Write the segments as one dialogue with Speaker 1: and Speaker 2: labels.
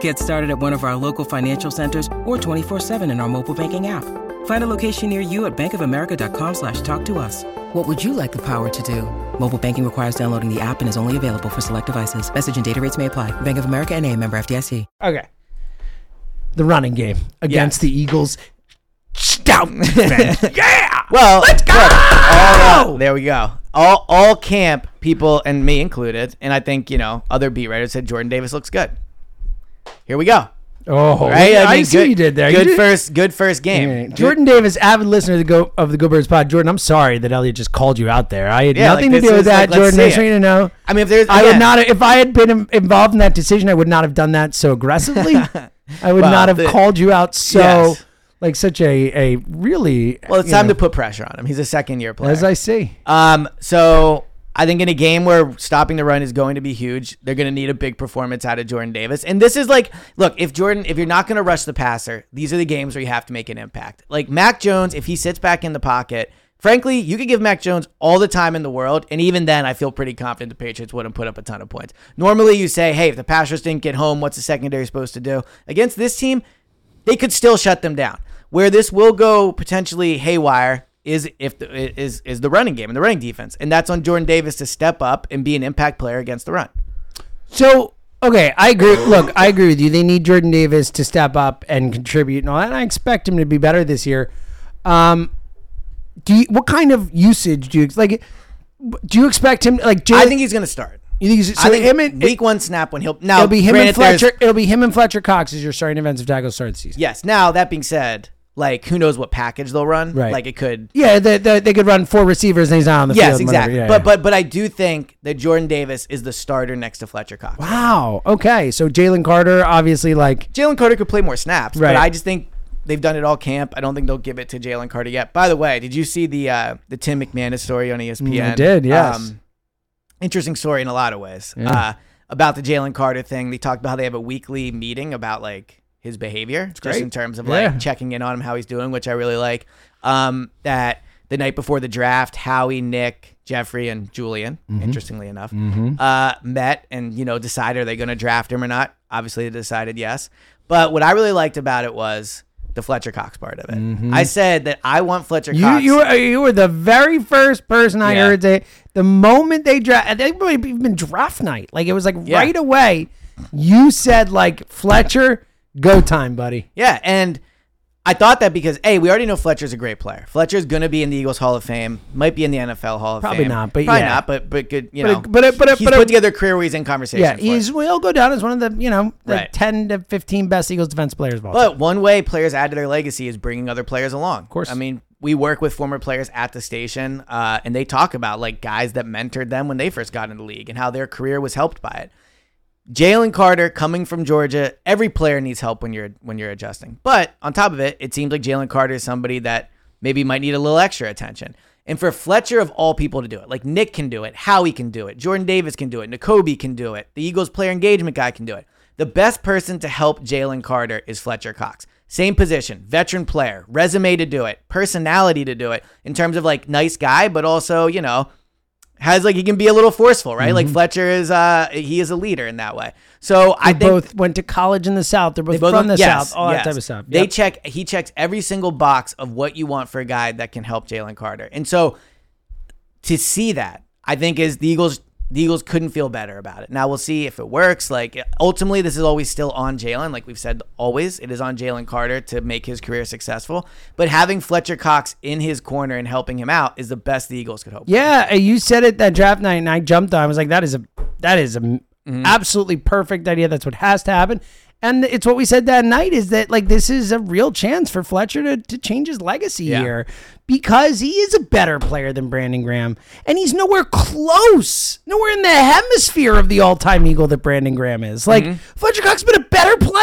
Speaker 1: Get started at one of our local financial centers or 24-7 in our mobile banking app. Find a location near you at bankofamerica.com slash talk to us. What would you like the power to do? Mobile banking requires downloading the app and is only available for select devices. Message and data rates may apply. Bank of America and a member FDIC.
Speaker 2: Okay. The running game against the Eagles. Stout. defense. yeah.
Speaker 3: Well,
Speaker 2: let's go.
Speaker 3: look, all- there we go. All all camp people and me included, and I think you know other beat writers said Jordan Davis looks good. Here we go.
Speaker 2: Oh,
Speaker 3: Right?
Speaker 2: I,
Speaker 3: mean,
Speaker 2: see
Speaker 3: good,
Speaker 2: what you did there. You
Speaker 3: Good
Speaker 2: did-
Speaker 3: first, good first game.
Speaker 2: Yeah. Jordan Davis, avid listener of the Go of the Go Birds pod. Jordan, I'm sorry that Elliot just called you out there. I had
Speaker 3: Yeah,
Speaker 2: nothing
Speaker 3: like,
Speaker 2: to
Speaker 3: this
Speaker 2: do with
Speaker 3: is,
Speaker 2: that,
Speaker 3: like, let's
Speaker 2: Jordan. I
Speaker 3: see
Speaker 2: just want
Speaker 3: it.
Speaker 2: you to know.
Speaker 3: I mean, if there's,
Speaker 2: I would
Speaker 3: again,
Speaker 2: not. If I had been im- involved in that decision, I would not have done that so aggressively. I would
Speaker 3: Well,
Speaker 2: not have
Speaker 3: the-
Speaker 2: called you out so,
Speaker 3: Yes.
Speaker 2: like, such a a really.
Speaker 3: Well, it's
Speaker 2: you
Speaker 3: time
Speaker 2: know,
Speaker 3: to put pressure on him. He's a second year player.
Speaker 2: As I see,
Speaker 3: Um, so I think in a game where stopping the run is going to be huge, they're going to need a big performance out of Jordan Davis. And this is like, look, if Jordan, if you're not going to rush the passer, these are the games where you have to make an impact. Like Mac Jones, if he sits back in the pocket, frankly, you could give Mac Jones all the time in the world, and even then, I feel pretty confident the Patriots wouldn't put up a ton of points. Normally, you say, hey, if the passers didn't get home, what's the secondary supposed to do against this team? they could still shut them down. Where this will go potentially haywire is if the, is is the running game and the running defense, and that's on Jordan Davis to step up and be an impact player against the run.
Speaker 2: So okay, I agree. Look, I agree with you. They need Jordan Davis to step up and contribute and all that. And I expect him to be better this year. Um, do you, what kind of usage do you like? Do you expect him like? Jalen,
Speaker 3: I think he's going to start.
Speaker 2: you think he's, so
Speaker 3: I think
Speaker 2: him and
Speaker 3: week one snap when he'll now
Speaker 2: it'll be him and
Speaker 3: granted, there's-
Speaker 2: Fletcher. It'll be him and Fletcher Cox as your starting defensive tackle start of the season.
Speaker 3: Yes. Now that being said, like who knows what package they'll run?
Speaker 2: Right.
Speaker 3: Like it could.
Speaker 2: Yeah, they, they, they could run four receivers and he's not on the
Speaker 3: Yes,
Speaker 2: field. and whatever.
Speaker 3: exactly.
Speaker 2: Yeah,
Speaker 3: but
Speaker 2: yeah.
Speaker 3: but but I do think that Jordan Davis is the starter next to Fletcher Cox.
Speaker 2: wow. Okay, so Jalen Carter obviously like
Speaker 3: Jalen Carter could play more snaps,
Speaker 2: Right.
Speaker 3: but I just think they've done it all camp. I don't think they'll give it to Jalen Carter yet. By the way, did you see the uh, the Tim McManus story on E ESPN?
Speaker 2: Mm, I did, yes.
Speaker 3: Um, interesting story in a lot of ways
Speaker 2: Yeah.
Speaker 3: uh, about the Jalen Carter thing. They talked about how they have a weekly meeting about like his behavior, just
Speaker 2: great.
Speaker 3: in terms of
Speaker 2: Yeah.
Speaker 3: like checking in on him, how he's doing, which I really like. Um, that the night before the draft, Howie, Nick, Jeffrey, and Julian,
Speaker 2: Mm-hmm.
Speaker 3: interestingly enough, uh, met and you know decided are they going to draft him or not. Obviously, they decided yes. But what I really liked about it was the Fletcher Cox part of it. I said that I want Fletcher
Speaker 2: Mm-hmm. You,
Speaker 3: Cox.
Speaker 2: you were you were the very first person I
Speaker 3: Yeah.
Speaker 2: heard that the moment they draft. They might have even draft night. Like it was like
Speaker 3: Yeah.
Speaker 2: right away. You said like Fletcher, go time, buddy.
Speaker 3: Yeah, and I thought that because hey, we already know Fletcher's a great player. Fletcher's gonna be in the Eagles Hall of Fame, might be in the NFL Hall of
Speaker 2: Probably
Speaker 3: Fame.
Speaker 2: not, but
Speaker 3: probably
Speaker 2: yeah.
Speaker 3: not. But but good, you
Speaker 2: But
Speaker 3: know.
Speaker 2: it- but it- but it-
Speaker 3: he's
Speaker 2: but it-
Speaker 3: put together a career where he's in conversation.
Speaker 2: Yeah,
Speaker 3: for
Speaker 2: he's
Speaker 3: it.
Speaker 2: will go down as one of the you know the
Speaker 3: Right.
Speaker 2: ten to fifteen best Eagles defense players of all time.
Speaker 3: But one way players add to their legacy is bringing other players along. Of
Speaker 2: course.
Speaker 3: I mean, we work with former players at the station, uh, and they talk about like guys that mentored them when they first got in the league and how their career was helped by it. Jalen Carter coming from Georgia, every player needs help when you're when you're adjusting. But on top of it, it seems like Jalen Carter is somebody that maybe might need a little extra attention. And for Fletcher of all people to do it, like Nick can do it, Howie can do it, Jordan Davis can do it, N'Kobe can do it, the Eagles player engagement guy can do it. The best person to help Jalen Carter is Fletcher Cox. Same position, veteran player, resume to do it, personality to do it, in terms of like nice guy, but also, you know, has like he can be a little forceful, right?
Speaker 2: Mm-hmm.
Speaker 3: Like Fletcher is uh he is a leader in that way. So I think
Speaker 2: both went to college in the South. They're both,
Speaker 3: they both
Speaker 2: from the
Speaker 3: went- yes,
Speaker 2: South. All
Speaker 3: yes.
Speaker 2: that type of stuff.
Speaker 3: They
Speaker 2: Yep.
Speaker 3: check. He checks every single box of what you want for a guy that can help Jalen Carter. And so to see that, I think is the Eagles. The Eagles couldn't feel better about it. Now we'll see if it works. Like ultimately, this is always still on Jalen. Like we've said, always it is on Jalen Carter to make his career successful. But having Fletcher Cox in his corner and helping him out is the best the Eagles could hope.
Speaker 2: Yeah, uh, you said it that draft night, and I jumped on. it. I was like, "That is a that is a m-
Speaker 3: Mm-hmm.
Speaker 2: absolutely perfect idea. That's what has to happen." And it's what we said that night is that like this is a real chance for Fletcher to, to change his legacy here because he is a better player than Brandon Graham and he's nowhere close, nowhere in the hemisphere of the all time Eagle that Brandon Graham is. Like Fletcher Cox's been a better player.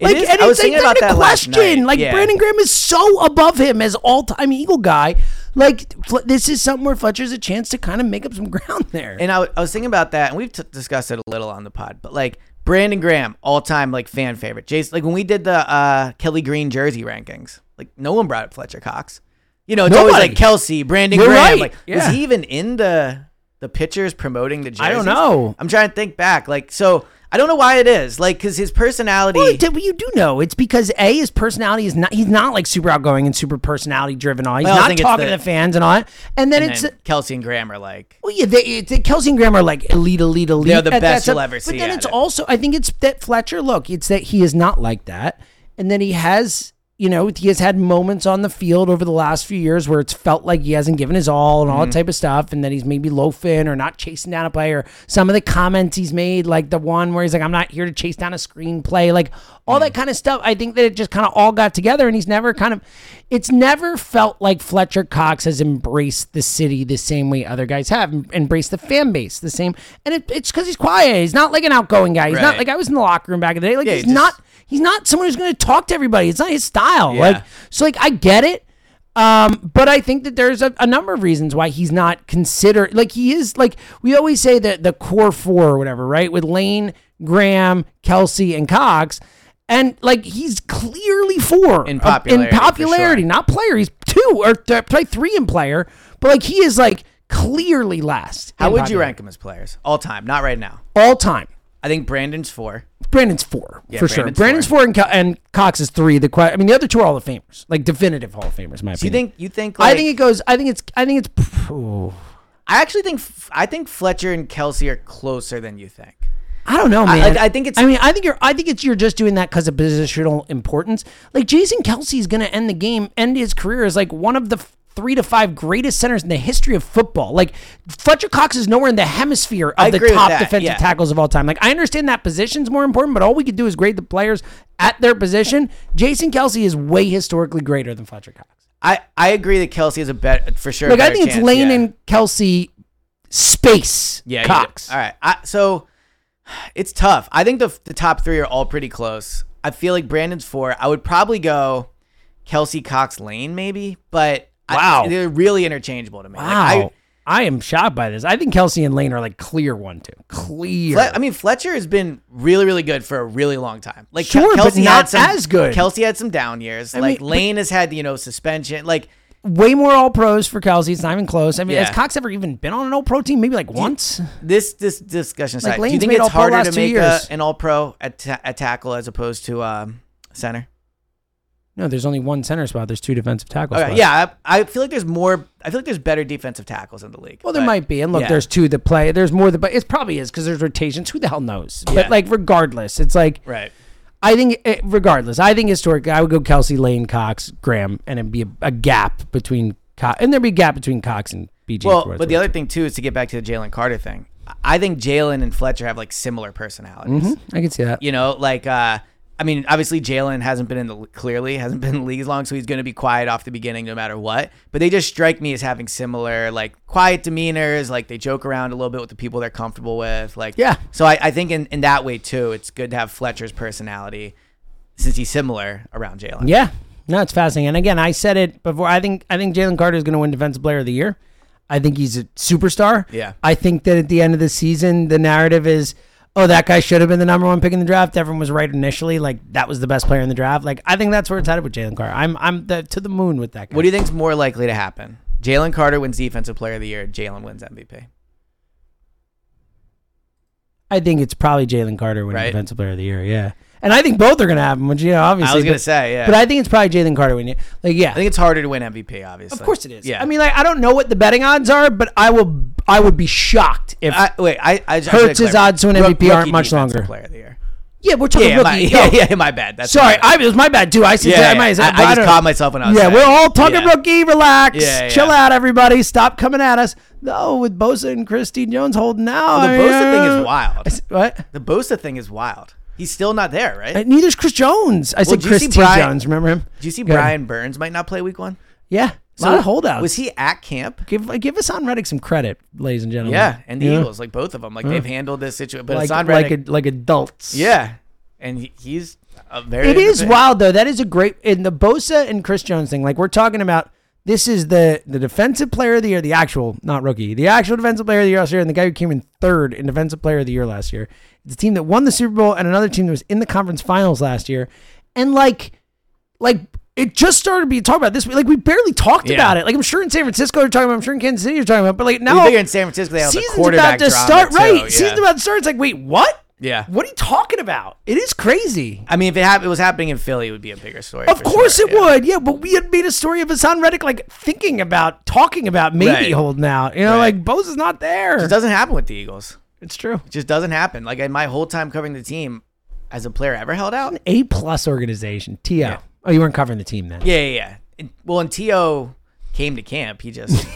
Speaker 2: Like
Speaker 3: Mm-hmm. is-
Speaker 2: and
Speaker 3: I
Speaker 2: it's
Speaker 3: was
Speaker 2: like
Speaker 3: thinking
Speaker 2: not
Speaker 3: about
Speaker 2: a
Speaker 3: that last
Speaker 2: question.
Speaker 3: night.
Speaker 2: Like
Speaker 3: Yeah.
Speaker 2: Brandon Graham is so above him as all-time Eagle guy. Like Fle- this is something where Fletcher's a chance to kind of make up some ground there.
Speaker 3: And I, w- I was thinking about that, and we've t- discussed it a little on the pod, but like Brandon Graham, all time like fan favorite. Jason, like when we did the uh, Kelly Green jersey rankings, like no one brought up Fletcher Cox. You know, it's always
Speaker 2: Nobody.
Speaker 3: like Kelsey, Brandon
Speaker 2: You're
Speaker 3: Graham.
Speaker 2: right.
Speaker 3: Like,
Speaker 2: Yeah.
Speaker 3: was he even in the the pictures promoting the jersey?
Speaker 2: I don't know.
Speaker 3: I'm trying to think back. Like, so I don't know why it is. Like, because his personality.
Speaker 2: Well, it- you do know it's because a his personality is not he's not like super outgoing and super personality driven. All he's
Speaker 3: Well, I
Speaker 2: not
Speaker 3: think it's
Speaker 2: talking
Speaker 3: the-
Speaker 2: to the fans and all that. And then
Speaker 3: and
Speaker 2: it's
Speaker 3: then Kelsey and Graham are like.
Speaker 2: Well, yeah, they, it, they- Kelsey and Graham are like elite, elite, elite.
Speaker 3: They're the
Speaker 2: at that
Speaker 3: best
Speaker 2: stuff.
Speaker 3: you'll ever
Speaker 2: But
Speaker 3: see
Speaker 2: then
Speaker 3: at
Speaker 2: it's
Speaker 3: it.
Speaker 2: also, I think it's that Fletcher. Look, it's that he is not like that, and then he has, you know, he has had moments on the field over the last few years where it's felt like he hasn't given his all and all
Speaker 3: Mm-hmm.
Speaker 2: that type of stuff, and that he's maybe loafing or not chasing down a play or some of the comments he's made, like the one where he's like, "I'm not here to chase down a screenplay," like all that kind of stuff. I think that it just kind of all got together, and he's never kind of, it's never felt like Fletcher Cox has embraced the city the same way other guys have em- embraced the fan base the same. And it, it's because he's quiet. He's not like an outgoing guy. He's not
Speaker 3: Right.
Speaker 2: like I was in the locker room back in the day. Like
Speaker 3: Yeah,
Speaker 2: he's
Speaker 3: he just-
Speaker 2: not. He's not someone who's going to talk to everybody. It's not his style.
Speaker 3: Yeah.
Speaker 2: Like so, like I get it. Um, but I think that there's a, a number of reasons why he's not considered. Like he is. Like we always say that the core four or whatever, right? With Lane, Graham, Kelsey, and Cox. And like he's clearly four
Speaker 3: In
Speaker 2: Uh,
Speaker 3: popularity, for
Speaker 2: in
Speaker 3: sure.
Speaker 2: popularity, not player. He's two or th- probably three in player, but like he is like clearly last.
Speaker 3: How
Speaker 2: in
Speaker 3: would you
Speaker 2: popularity.
Speaker 3: rank him as players all time? Not right now.
Speaker 2: all time?
Speaker 3: I think Brandon's four.
Speaker 2: Brandon's four for sure.
Speaker 3: Brandon's
Speaker 2: Brandon's four, and, Co- and Cox is three. The que- I mean, the other two are Hall of Famers, like definitive Hall of Famers. in My
Speaker 3: Do you
Speaker 2: opinion.
Speaker 3: think you think? Like,
Speaker 2: I think it goes. I think it's. I think it's. ooh.
Speaker 3: I actually think I think Fletcher and Kelsey are closer than you think.
Speaker 2: I don't know, man.
Speaker 3: like, I think it's-
Speaker 2: I mean, I think you're. I think it's. You're just doing that because of positional importance. Like Jason Kelsey is going to end the game, end his career as like one of the f- three to five greatest centers in the history of football. Like Fletcher Cox is nowhere in the hemisphere of the
Speaker 3: agree with
Speaker 2: top
Speaker 3: that,
Speaker 2: defensive
Speaker 3: yeah.
Speaker 2: tackles of all time. Like I understand that position's more important, but all we could do is grade the players at their position. Jason Kelsey is way historically greater than Fletcher Cox.
Speaker 3: I, I agree that Kelsey is a bet for sure. a
Speaker 2: Like I
Speaker 3: better
Speaker 2: think it's
Speaker 3: chance,
Speaker 2: Lane
Speaker 3: yeah.
Speaker 2: and Kelsey space
Speaker 3: yeah, you do.
Speaker 2: Cox.
Speaker 3: All right, I, so it's tough. I think the the top three are all pretty close. I feel like Brandon's four. I would probably go Kelsey Cox Lane maybe, but I-
Speaker 2: Wow.
Speaker 3: they're really interchangeable to me. Like, I-
Speaker 2: Wow. I, am shocked by this. I think Kelsey and Lane are like clear one, two. Clear.
Speaker 3: Fle- I mean, Fletcher has been really, really good for a really long time. Like,
Speaker 2: Sure, but
Speaker 3: Kelsey
Speaker 2: not
Speaker 3: had some,
Speaker 2: as good.
Speaker 3: Kelsey had some down years. like,
Speaker 2: mean, but-
Speaker 3: Lane has had, you know, suspension. Like,
Speaker 2: Way more all pros for Kelsey. It's not even close. I mean,
Speaker 3: Yeah.
Speaker 2: has Cox ever even been on an all pro team? Maybe like once?
Speaker 3: this this discussion aside, do you
Speaker 2: Lane's
Speaker 3: think
Speaker 2: made
Speaker 3: it's
Speaker 2: All-Pro
Speaker 3: harder
Speaker 2: last
Speaker 3: to
Speaker 2: two
Speaker 3: make a,
Speaker 2: years.
Speaker 3: an all pro at, ta- at tackle as opposed to um, center?
Speaker 2: No, there's only one center spot. There's two defensive tackles.
Speaker 3: Okay, yeah, I, I feel like there's more. I feel like there's better defensive tackles in the league.
Speaker 2: Well, there
Speaker 3: but-
Speaker 2: might be. And look,
Speaker 3: yeah.
Speaker 2: there's two that play. There's more that, but it probably is because there's rotations. Who the hell knows?
Speaker 3: Yeah.
Speaker 2: But like, regardless, it's like,
Speaker 3: right.
Speaker 2: I think, eh, regardless, I think historically, I would go Kelsey, Lane, Cox, Graham, and it'd be a, a gap between Cox. And there'd be a gap between Cox and BJ.
Speaker 3: Well,
Speaker 2: for what it's
Speaker 3: but the
Speaker 2: worth.
Speaker 3: other thing too is to get back to the Jalen Carter thing. I think Jalen and Fletcher have like similar personalities.
Speaker 2: Mm-hmm. I can see that.
Speaker 3: You know, like uh, I mean, obviously Jalen hasn't been in the clearly hasn't been in the league as long, so he's going to be quiet off the beginning no matter what. But they just strike me as having similar like quiet demeanors. Like they joke around a little bit with the people they're comfortable with. Like
Speaker 2: Yeah.
Speaker 3: So I, I think in, in that way too, it's good to have Fletcher's personality since he's similar around Jalen.
Speaker 2: Yeah, no, it's fascinating. And again, I said it before. I think I think Jalen Carter is going to win Defensive Player of the Year. I think he's a superstar.
Speaker 3: Yeah.
Speaker 2: I think that at the end of the season, the narrative is, oh, that guy should have been the number one pick in the draft. Everyone was right initially. Like that was the best player in the draft. Like I think that's where it's headed with Jalen Carter. I'm I'm the, to the moon with that guy.
Speaker 3: What do you think's more likely to happen? Jalen Carter wins Defensive Player of the Year. Jalen wins MVP.
Speaker 2: I think it's probably Jalen Carter winning
Speaker 3: Right.
Speaker 2: Defensive Player of the Year. Yeah, and I think both are going to have him. Which yeah, obviously.
Speaker 3: I was gonna
Speaker 2: but-
Speaker 3: say, yeah.
Speaker 2: but I think it's probably Jalen Carter winning. it. Like, yeah,
Speaker 3: I think it's harder to win MVP, obviously.
Speaker 2: of course it is.
Speaker 3: Yeah.
Speaker 2: I mean, like, I don't know what the betting odds are, but I will. I would be shocked if.
Speaker 3: I, wait, I, I, I should
Speaker 2: Hurts'
Speaker 3: clarify.
Speaker 2: odds to win
Speaker 3: Rook-
Speaker 2: MVP aren't
Speaker 3: rookie
Speaker 2: much
Speaker 3: defensive
Speaker 2: longer.
Speaker 3: Player of the year.
Speaker 2: yeah, we're talking
Speaker 3: Yeah,
Speaker 2: rookie.
Speaker 3: my,
Speaker 2: yo.
Speaker 3: yeah, yeah, my bad. That's
Speaker 2: Sorry,
Speaker 3: my
Speaker 2: I,
Speaker 3: bad.
Speaker 2: it was my bad too. I said
Speaker 3: Yeah,
Speaker 2: that.
Speaker 3: yeah,
Speaker 2: my-
Speaker 3: I- I
Speaker 2: but
Speaker 3: just
Speaker 2: don't-
Speaker 3: caught myself when I was
Speaker 2: Yeah,
Speaker 3: saying
Speaker 2: we're
Speaker 3: it.
Speaker 2: all talking
Speaker 3: Yeah.
Speaker 2: rookie. Relax,
Speaker 3: Yeah, yeah.
Speaker 2: chill out, everybody. Stop coming at us. No, with Bosa and Christine Jones holding out.
Speaker 3: the
Speaker 2: I mean,
Speaker 3: Bosa thing
Speaker 2: uh,
Speaker 3: is wild.
Speaker 2: I s- what?
Speaker 3: The Bosa thing is wild. He's still not there, right?
Speaker 2: Uh,
Speaker 3: Do
Speaker 2: Neither's Chris Jones. I said
Speaker 3: did you see
Speaker 2: Christine
Speaker 3: Brian-
Speaker 2: Jones. Remember him?
Speaker 3: you see
Speaker 2: Go ahead.
Speaker 3: Brian Burns might not play week one?
Speaker 2: Yeah, a lot of holdouts.
Speaker 3: Was he at camp?
Speaker 2: Give give Hassan Reddick some credit, ladies and gentlemen.
Speaker 3: Yeah, and the
Speaker 2: You know?
Speaker 3: Eagles, like both of them, like they've handled this situation. But
Speaker 2: like
Speaker 3: Hassan
Speaker 2: like
Speaker 3: Reddick-
Speaker 2: a, like adults.
Speaker 3: yeah, and he, he's a very.
Speaker 2: It is
Speaker 3: independent-
Speaker 2: wild though. That is a great in the Bosa and Chris Jones thing. Like we're talking about this is the the defensive player of the year, the actual not rookie, the actual defensive player of the year last year, and the guy who came in third in defensive player of the year last year. It's a team that won the Super Bowl and another team that was in the conference finals last year, and like like. It just started being talked about this week. Like we barely talked
Speaker 3: Yeah.
Speaker 2: about it. Like I'm sure in San Francisco they're talking about. it. I'm sure in Kansas City they're talking about. it, But like
Speaker 3: We
Speaker 2: now,
Speaker 3: figure in San Francisco they have the
Speaker 2: season's
Speaker 3: quarterback
Speaker 2: about to
Speaker 3: drama,
Speaker 2: start.
Speaker 3: too,
Speaker 2: right,
Speaker 3: yeah.
Speaker 2: season's about to start. It's like, wait, what?
Speaker 3: Yeah.
Speaker 2: What are you talking about? It is crazy.
Speaker 3: I mean, if it, hap- it was happening in Philly, it would be a bigger story.
Speaker 2: Of
Speaker 3: for
Speaker 2: course
Speaker 3: sure,
Speaker 2: it
Speaker 3: yeah.
Speaker 2: would. Yeah, but we had made a story of Hassan Reddick like thinking about, talking about, maybe
Speaker 3: Right.
Speaker 2: holding out. You know,
Speaker 3: Right.
Speaker 2: like Bose is not there.
Speaker 3: It doesn't happen with the Eagles.
Speaker 2: it's true.
Speaker 3: It just doesn't happen. Like in my whole time covering the team, as a player ever held out?
Speaker 2: A plus organization. To oh, you weren't covering the team then.
Speaker 3: Yeah, yeah, yeah. And- well, and T.O. came to camp. He just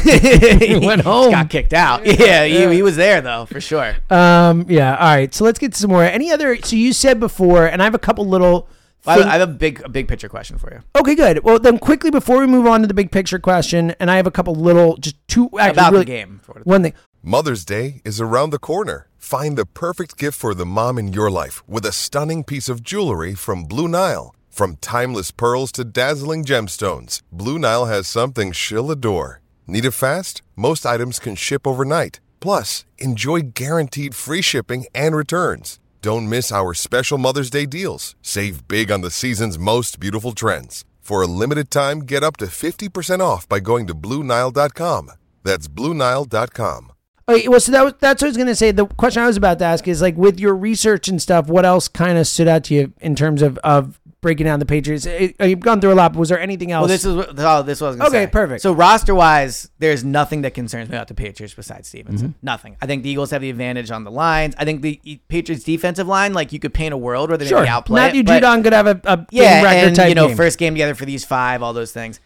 Speaker 3: he
Speaker 2: went
Speaker 3: just
Speaker 2: home.
Speaker 3: got kicked out. Yeah, He, he was there though for sure.
Speaker 2: Um. Yeah. All right. So let's get to some more. Any other? So you said before, and I have a couple little.
Speaker 3: I, have,
Speaker 2: thing-
Speaker 3: I have a big a big picture question for you
Speaker 2: okay. Good. Well, then quickly before we move on to the big picture question, and I have a couple little, just two actually,
Speaker 3: about
Speaker 2: really-
Speaker 3: the game. For
Speaker 2: One thing.
Speaker 4: Mother's Day is around the corner. Find the perfect gift for the mom in your life with a stunning piece of jewelry from Blue Nile. From timeless pearls to dazzling gemstones, Blue Nile has something she'll adore. Need it fast? Most items can ship overnight. Plus, enjoy guaranteed free shipping and returns. Don't miss our special Mother's Day deals. Save big on the season's most beautiful trends. For a limited time, get up to 50% off by going to Blue Nile.com. That's Blue Nile.com.
Speaker 2: Okay, Oh, well, so that was, that's what I was going to say. The question I was about to ask is like with your research and stuff, what else kind of stood out to you in terms of of breaking down the Patriots? Eh, eh, you've gone through a lot, but was there anything else?
Speaker 3: Well, this is what, oh, this was
Speaker 2: Okay, perfect.
Speaker 3: So roster wise, there's nothing that concerns me about the Patriots besides
Speaker 2: Mm-hmm.
Speaker 3: Stevenson. Nothing. I think the Eagles have the advantage on the lines. I think the E- Patriots defensive line, like you could paint a world where they're
Speaker 2: sure.
Speaker 3: going to outplay
Speaker 2: Matthew
Speaker 3: it, but-
Speaker 2: Judon could have a, a big
Speaker 3: yeah,
Speaker 2: record
Speaker 3: and
Speaker 2: type
Speaker 3: you know,
Speaker 2: game.
Speaker 3: first game together for these five, all those things.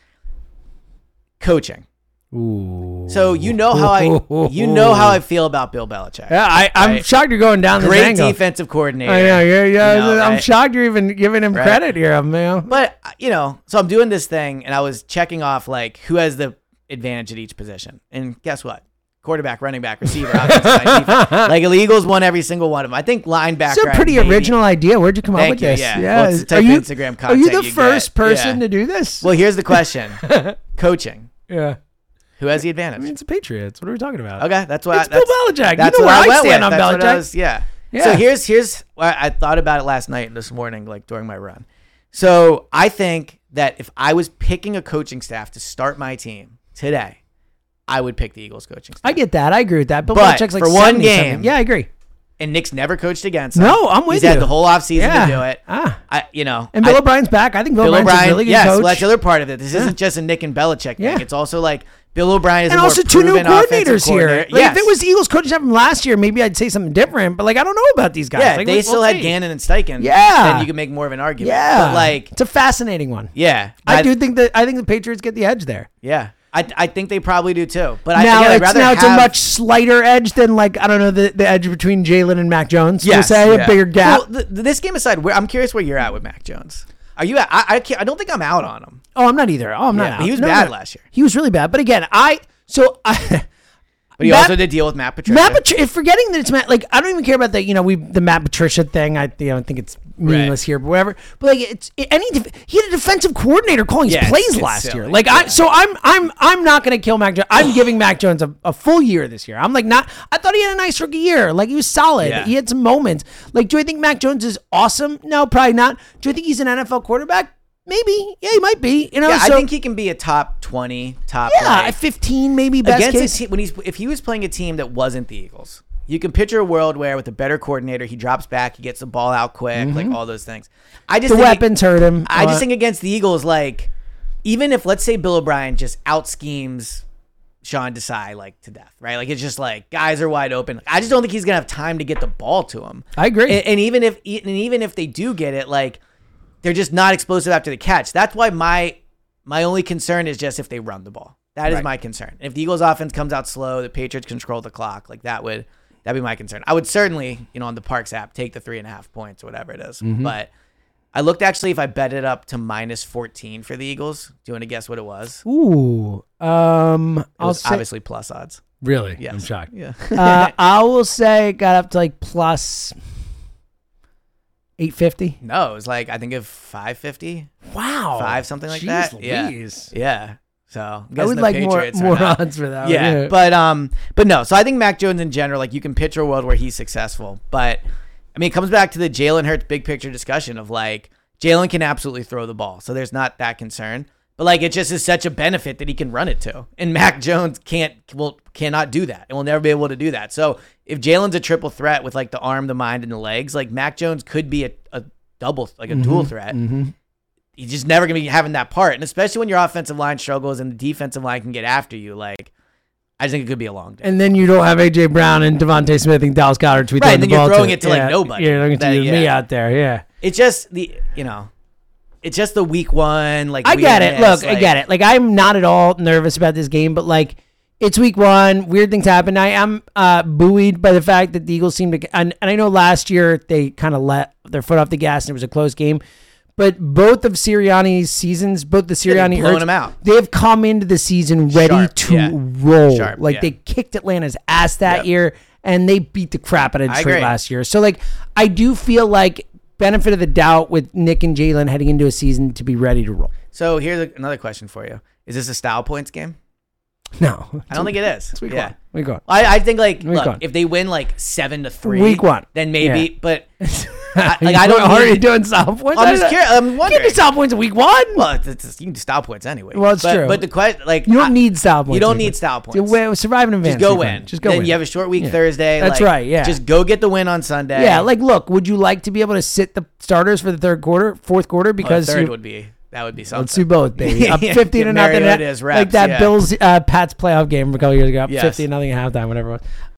Speaker 3: Coaching.
Speaker 2: Ooh.
Speaker 3: So you know how I you know how I feel about Bill Belichick.
Speaker 2: Yeah, I, I'm
Speaker 3: Right.
Speaker 2: shocked you're going down
Speaker 3: Great
Speaker 2: this angle.
Speaker 3: defensive coordinator.
Speaker 2: I know, yeah, yeah.
Speaker 3: you know,
Speaker 2: I'm
Speaker 3: right?
Speaker 2: shocked you're even giving him
Speaker 3: Right.
Speaker 2: credit here. I'm, you know.
Speaker 3: But you know, so I'm doing this thing, and I was checking off like who has the advantage at each position, and guess what? Quarterback, running back, receiver. offensive line, defense. like the Eagles won every single one of them. I think linebacker.
Speaker 2: It's a pretty
Speaker 3: maybe-
Speaker 2: original idea. Where'd you come up
Speaker 3: Thank
Speaker 2: with
Speaker 3: you,
Speaker 2: this?
Speaker 3: yeah. Well, it's the type
Speaker 2: are
Speaker 3: of
Speaker 2: you
Speaker 3: Instagram
Speaker 2: Are you
Speaker 3: content
Speaker 2: the
Speaker 3: you
Speaker 2: first
Speaker 3: get.
Speaker 2: person
Speaker 3: Yeah.
Speaker 2: to do this?
Speaker 3: Well, here's the question: coaching.
Speaker 2: yeah.
Speaker 3: Who has the
Speaker 2: I mean,
Speaker 3: advantage?
Speaker 2: it's the Patriots. What are we talking about?
Speaker 3: Okay, that's why
Speaker 2: It's
Speaker 3: that's,
Speaker 2: Bill Belichick. You
Speaker 3: That's
Speaker 2: know
Speaker 3: what
Speaker 2: where
Speaker 3: I
Speaker 2: I
Speaker 3: went
Speaker 2: stand
Speaker 3: with.
Speaker 2: on
Speaker 3: That's what I
Speaker 2: Belichick.
Speaker 3: was- yeah.
Speaker 2: Yeah.
Speaker 3: So here's here's why I thought about it last night and this morning, like during my run. So I think that if I was picking a coaching staff to start my team today, I would pick the Eagles coaching staff.
Speaker 2: I get that. I agree with that. But,
Speaker 3: But
Speaker 2: Belichick's like
Speaker 3: for one
Speaker 2: 70 something.
Speaker 3: game-
Speaker 2: Yeah, I agree.
Speaker 3: and Nick's never coached against him.
Speaker 2: No, I'm with
Speaker 3: He's
Speaker 2: you.
Speaker 3: had the whole offseason
Speaker 2: Yeah.
Speaker 3: to do it.
Speaker 2: Ah.
Speaker 3: I, you know,
Speaker 2: And Bill
Speaker 3: I-
Speaker 2: O'Brien's back. I think Bill,
Speaker 3: Bill
Speaker 2: O'Brien's
Speaker 3: O'Brien.
Speaker 2: a really good
Speaker 3: yes,
Speaker 2: coach.
Speaker 3: well, that's the other part of it. This isn't just a Nick and Belichick thing.
Speaker 2: Yeah.
Speaker 3: It's also like Bill O'Brien is
Speaker 2: and
Speaker 3: a more
Speaker 2: also two new
Speaker 3: proven offensive
Speaker 2: coordinators here.
Speaker 3: coordinator.
Speaker 2: Like,
Speaker 3: yes.
Speaker 2: If it was the Eagles coaching staff from last year, maybe I'd say something different. But like, I don't know about these guys.
Speaker 3: yeah,
Speaker 2: Like,
Speaker 3: they
Speaker 2: we'll
Speaker 3: still
Speaker 2: see.
Speaker 3: had Gannon and Steichen.
Speaker 2: Yeah.
Speaker 3: then you can make more of an argument.
Speaker 2: Yeah,
Speaker 3: but like
Speaker 2: it's a fascinating one.
Speaker 3: Yeah,
Speaker 2: I
Speaker 3: but-
Speaker 2: do think that I think the Patriots get the edge there.
Speaker 3: Yeah, I, I think they probably do too. But I,
Speaker 2: now
Speaker 3: again, I'd
Speaker 2: it's
Speaker 3: rather
Speaker 2: now it's a
Speaker 3: have-
Speaker 2: much slighter edge than like I don't know the, the edge between Jalen and Mac Jones.
Speaker 3: Yes,
Speaker 2: we'll say
Speaker 3: yeah.
Speaker 2: a bigger gap.
Speaker 3: Well, th- th- this game aside, where, I'm curious where you're at with Mac Jones. Are you? At, I I, can't, I don't think I'm out on him.
Speaker 2: oh, I'm not either. Oh, I'm
Speaker 3: Yeah,
Speaker 2: not.
Speaker 3: but he
Speaker 2: out.
Speaker 3: was
Speaker 2: No,
Speaker 3: bad
Speaker 2: no.
Speaker 3: last year.
Speaker 2: He was really bad. But again, I so I.
Speaker 3: But he
Speaker 2: Matt-
Speaker 3: also did deal with Matt Patricia.
Speaker 2: Matt Patri- if forgetting that it's Matt, like I don't even care about that. You know, we the Matt Patricia thing. I you know, I think it's meaningless
Speaker 3: Right.
Speaker 2: here, but whatever. But like it's it, any def- he had a defensive coordinator calling his
Speaker 3: Yeah, it's-
Speaker 2: plays
Speaker 3: it's
Speaker 2: last
Speaker 3: silly.
Speaker 2: year. Like I, so I'm I'm I'm not gonna kill Mac. Jones. I'm giving Mac Jones a, a full year this year. I'm like not. I thought he had a nice rookie year. Like he was solid.
Speaker 3: Yeah.
Speaker 2: He had some moments. Like do I think Mac Jones is awesome? No, probably not. Do I think he's an NFL quarterback? Maybe. Yeah, he might be. You know.
Speaker 3: yeah,
Speaker 2: so,
Speaker 3: I think he can be a top twenty, top
Speaker 2: yeah,
Speaker 3: like,
Speaker 2: 15 maybe best
Speaker 3: against
Speaker 2: case.
Speaker 3: a team when he's if he was playing a team that wasn't the Eagles. You can picture a world where with a better coordinator, he drops back, he gets the ball out quick, like all those things. I just
Speaker 2: Mm-hmm. The
Speaker 3: think it-
Speaker 2: weapons hurt him.
Speaker 3: I
Speaker 2: Uh,
Speaker 3: just think against the Eagles, like even if let's say Bill O'Brien just out schemes Sean Desai like to death, right? Like it's just like guys are wide open. I just don't think he's gonna have time to get the ball to him.
Speaker 2: I agree.
Speaker 3: And, and even if e, and even if they do get it, like they're just not explosive after the catch. That's why my my only concern is just if they run the ball. That is my concern. If the Eagles offense comes out slow, the Patriots control the clock. Like that would that'd be my concern. I would certainly, you know, on the Parks app, take the three and a half points, whatever it is. But I looked actually if I bet it up to minus fourteen for the Eagles. Do you want to guess what it was? It
Speaker 2: Ooh. Um. I'll
Speaker 3: was
Speaker 2: say,
Speaker 3: obviously plus odds.
Speaker 5: Really?
Speaker 3: Yes.
Speaker 5: I'm shocked.
Speaker 3: Yeah.
Speaker 2: uh, I will say it got up to like plus eight fifty.
Speaker 3: no, it was like I think of five fifty.
Speaker 2: Wow.
Speaker 3: Five, something like that? Yeah.
Speaker 5: Louise.
Speaker 3: Yeah. So
Speaker 2: I would like more more odds for that.
Speaker 3: yeah,
Speaker 2: one.
Speaker 3: but um, but no. So I think Mac Jones in general, like you can picture a world where he's successful, but I mean, it comes back to the Jalen Hurts big picture discussion of like Jalen can absolutely throw the ball, so there's not that concern. But like, it just is such a benefit that he can run it to, and Mac Jones can't will cannot do that, and will never be able to do that. So if Jalen's a triple threat with like the arm, the mind, and the legs, like Mac Jones could be a, a double like a
Speaker 2: Mm-hmm.
Speaker 3: dual threat you're just never gonna be having that part. And especially when your offensive line struggles and the defensive line can get after you, like I just think it could be a long day.
Speaker 2: and then you don't have AJ Brown and Devontae Smith and Dallas Goddard to be
Speaker 3: Right,
Speaker 2: throwing
Speaker 3: and then
Speaker 2: the
Speaker 3: you're
Speaker 2: ball
Speaker 3: throwing it to, like,
Speaker 2: Yeah,
Speaker 3: nobody.
Speaker 2: You're looking
Speaker 3: That-
Speaker 2: to me
Speaker 3: yeah.
Speaker 2: out there. Yeah.
Speaker 3: it's just the you know, it's just the week one, like
Speaker 2: I get it. Look,
Speaker 3: weirdness,
Speaker 2: I
Speaker 3: like-
Speaker 2: get it. Like I'm not at all nervous about this game, but like it's week one. Weird things happen. I am uh, buoyed by the fact that the Eagles seem to, and, and I know last year they kind of let their foot off the gas and it was a close game. But both of Sirianni's seasons, both the
Speaker 3: they've
Speaker 2: Sirianni
Speaker 3: blown
Speaker 2: Hurts,
Speaker 3: them out.
Speaker 2: they have come into the season ready
Speaker 3: Sharp,
Speaker 2: to
Speaker 3: yeah.
Speaker 2: roll.
Speaker 3: Sharp,
Speaker 2: like
Speaker 3: yeah.
Speaker 2: they kicked Atlanta's ass that year, and they beat the crap out of
Speaker 3: I
Speaker 2: Detroit
Speaker 3: agree.
Speaker 2: last year. So like, I do feel like benefit of the doubt with Nick and Jalen heading into a season to be ready to roll.
Speaker 3: So here's a, another question for you: Is this a style points game?
Speaker 2: No,
Speaker 3: I don't think it is.
Speaker 2: week
Speaker 3: yeah.
Speaker 2: one. Week one.
Speaker 3: I, I think like look,
Speaker 2: one.
Speaker 3: if they win like seven to three,
Speaker 2: Week one.
Speaker 3: then maybe.
Speaker 2: Yeah.
Speaker 3: But I, like I don't
Speaker 2: already
Speaker 3: need-
Speaker 2: doing soft points.
Speaker 3: I'm just curious. I'm
Speaker 2: Give
Speaker 3: wondering.
Speaker 2: me soft points in week one.
Speaker 3: Well, it's, it's, you can do style points anyway.
Speaker 2: Well, it's
Speaker 3: but,
Speaker 2: true.
Speaker 3: But the question, like,
Speaker 2: You don't
Speaker 3: I-
Speaker 2: need style points.
Speaker 3: You don't
Speaker 2: week one.
Speaker 3: need style points.
Speaker 2: Dude, wait, survive in advance.
Speaker 3: just go
Speaker 2: week one.
Speaker 3: win.
Speaker 2: Just go
Speaker 3: Then
Speaker 2: win.
Speaker 3: you have a short week
Speaker 2: Yeah.
Speaker 3: Thursday.
Speaker 2: That's
Speaker 3: like,
Speaker 2: right, yeah.
Speaker 3: Just go get the win on Sunday.
Speaker 2: Yeah, like look, would you like to be able to sit the starters for the third quarter, fourth quarter?
Speaker 3: Oh, the
Speaker 2: Because
Speaker 3: third
Speaker 2: you,
Speaker 3: would be that would be something.
Speaker 2: Let's do both, baby. Up
Speaker 3: Yeah,
Speaker 2: 15 to
Speaker 3: get
Speaker 2: nothing.
Speaker 3: Mariota's reps,
Speaker 2: like that
Speaker 3: yeah.
Speaker 2: Bills uh, Pats playoff game from a couple years ago. Up
Speaker 3: Yes.
Speaker 2: 15 to nothing at halftime, whatever it was.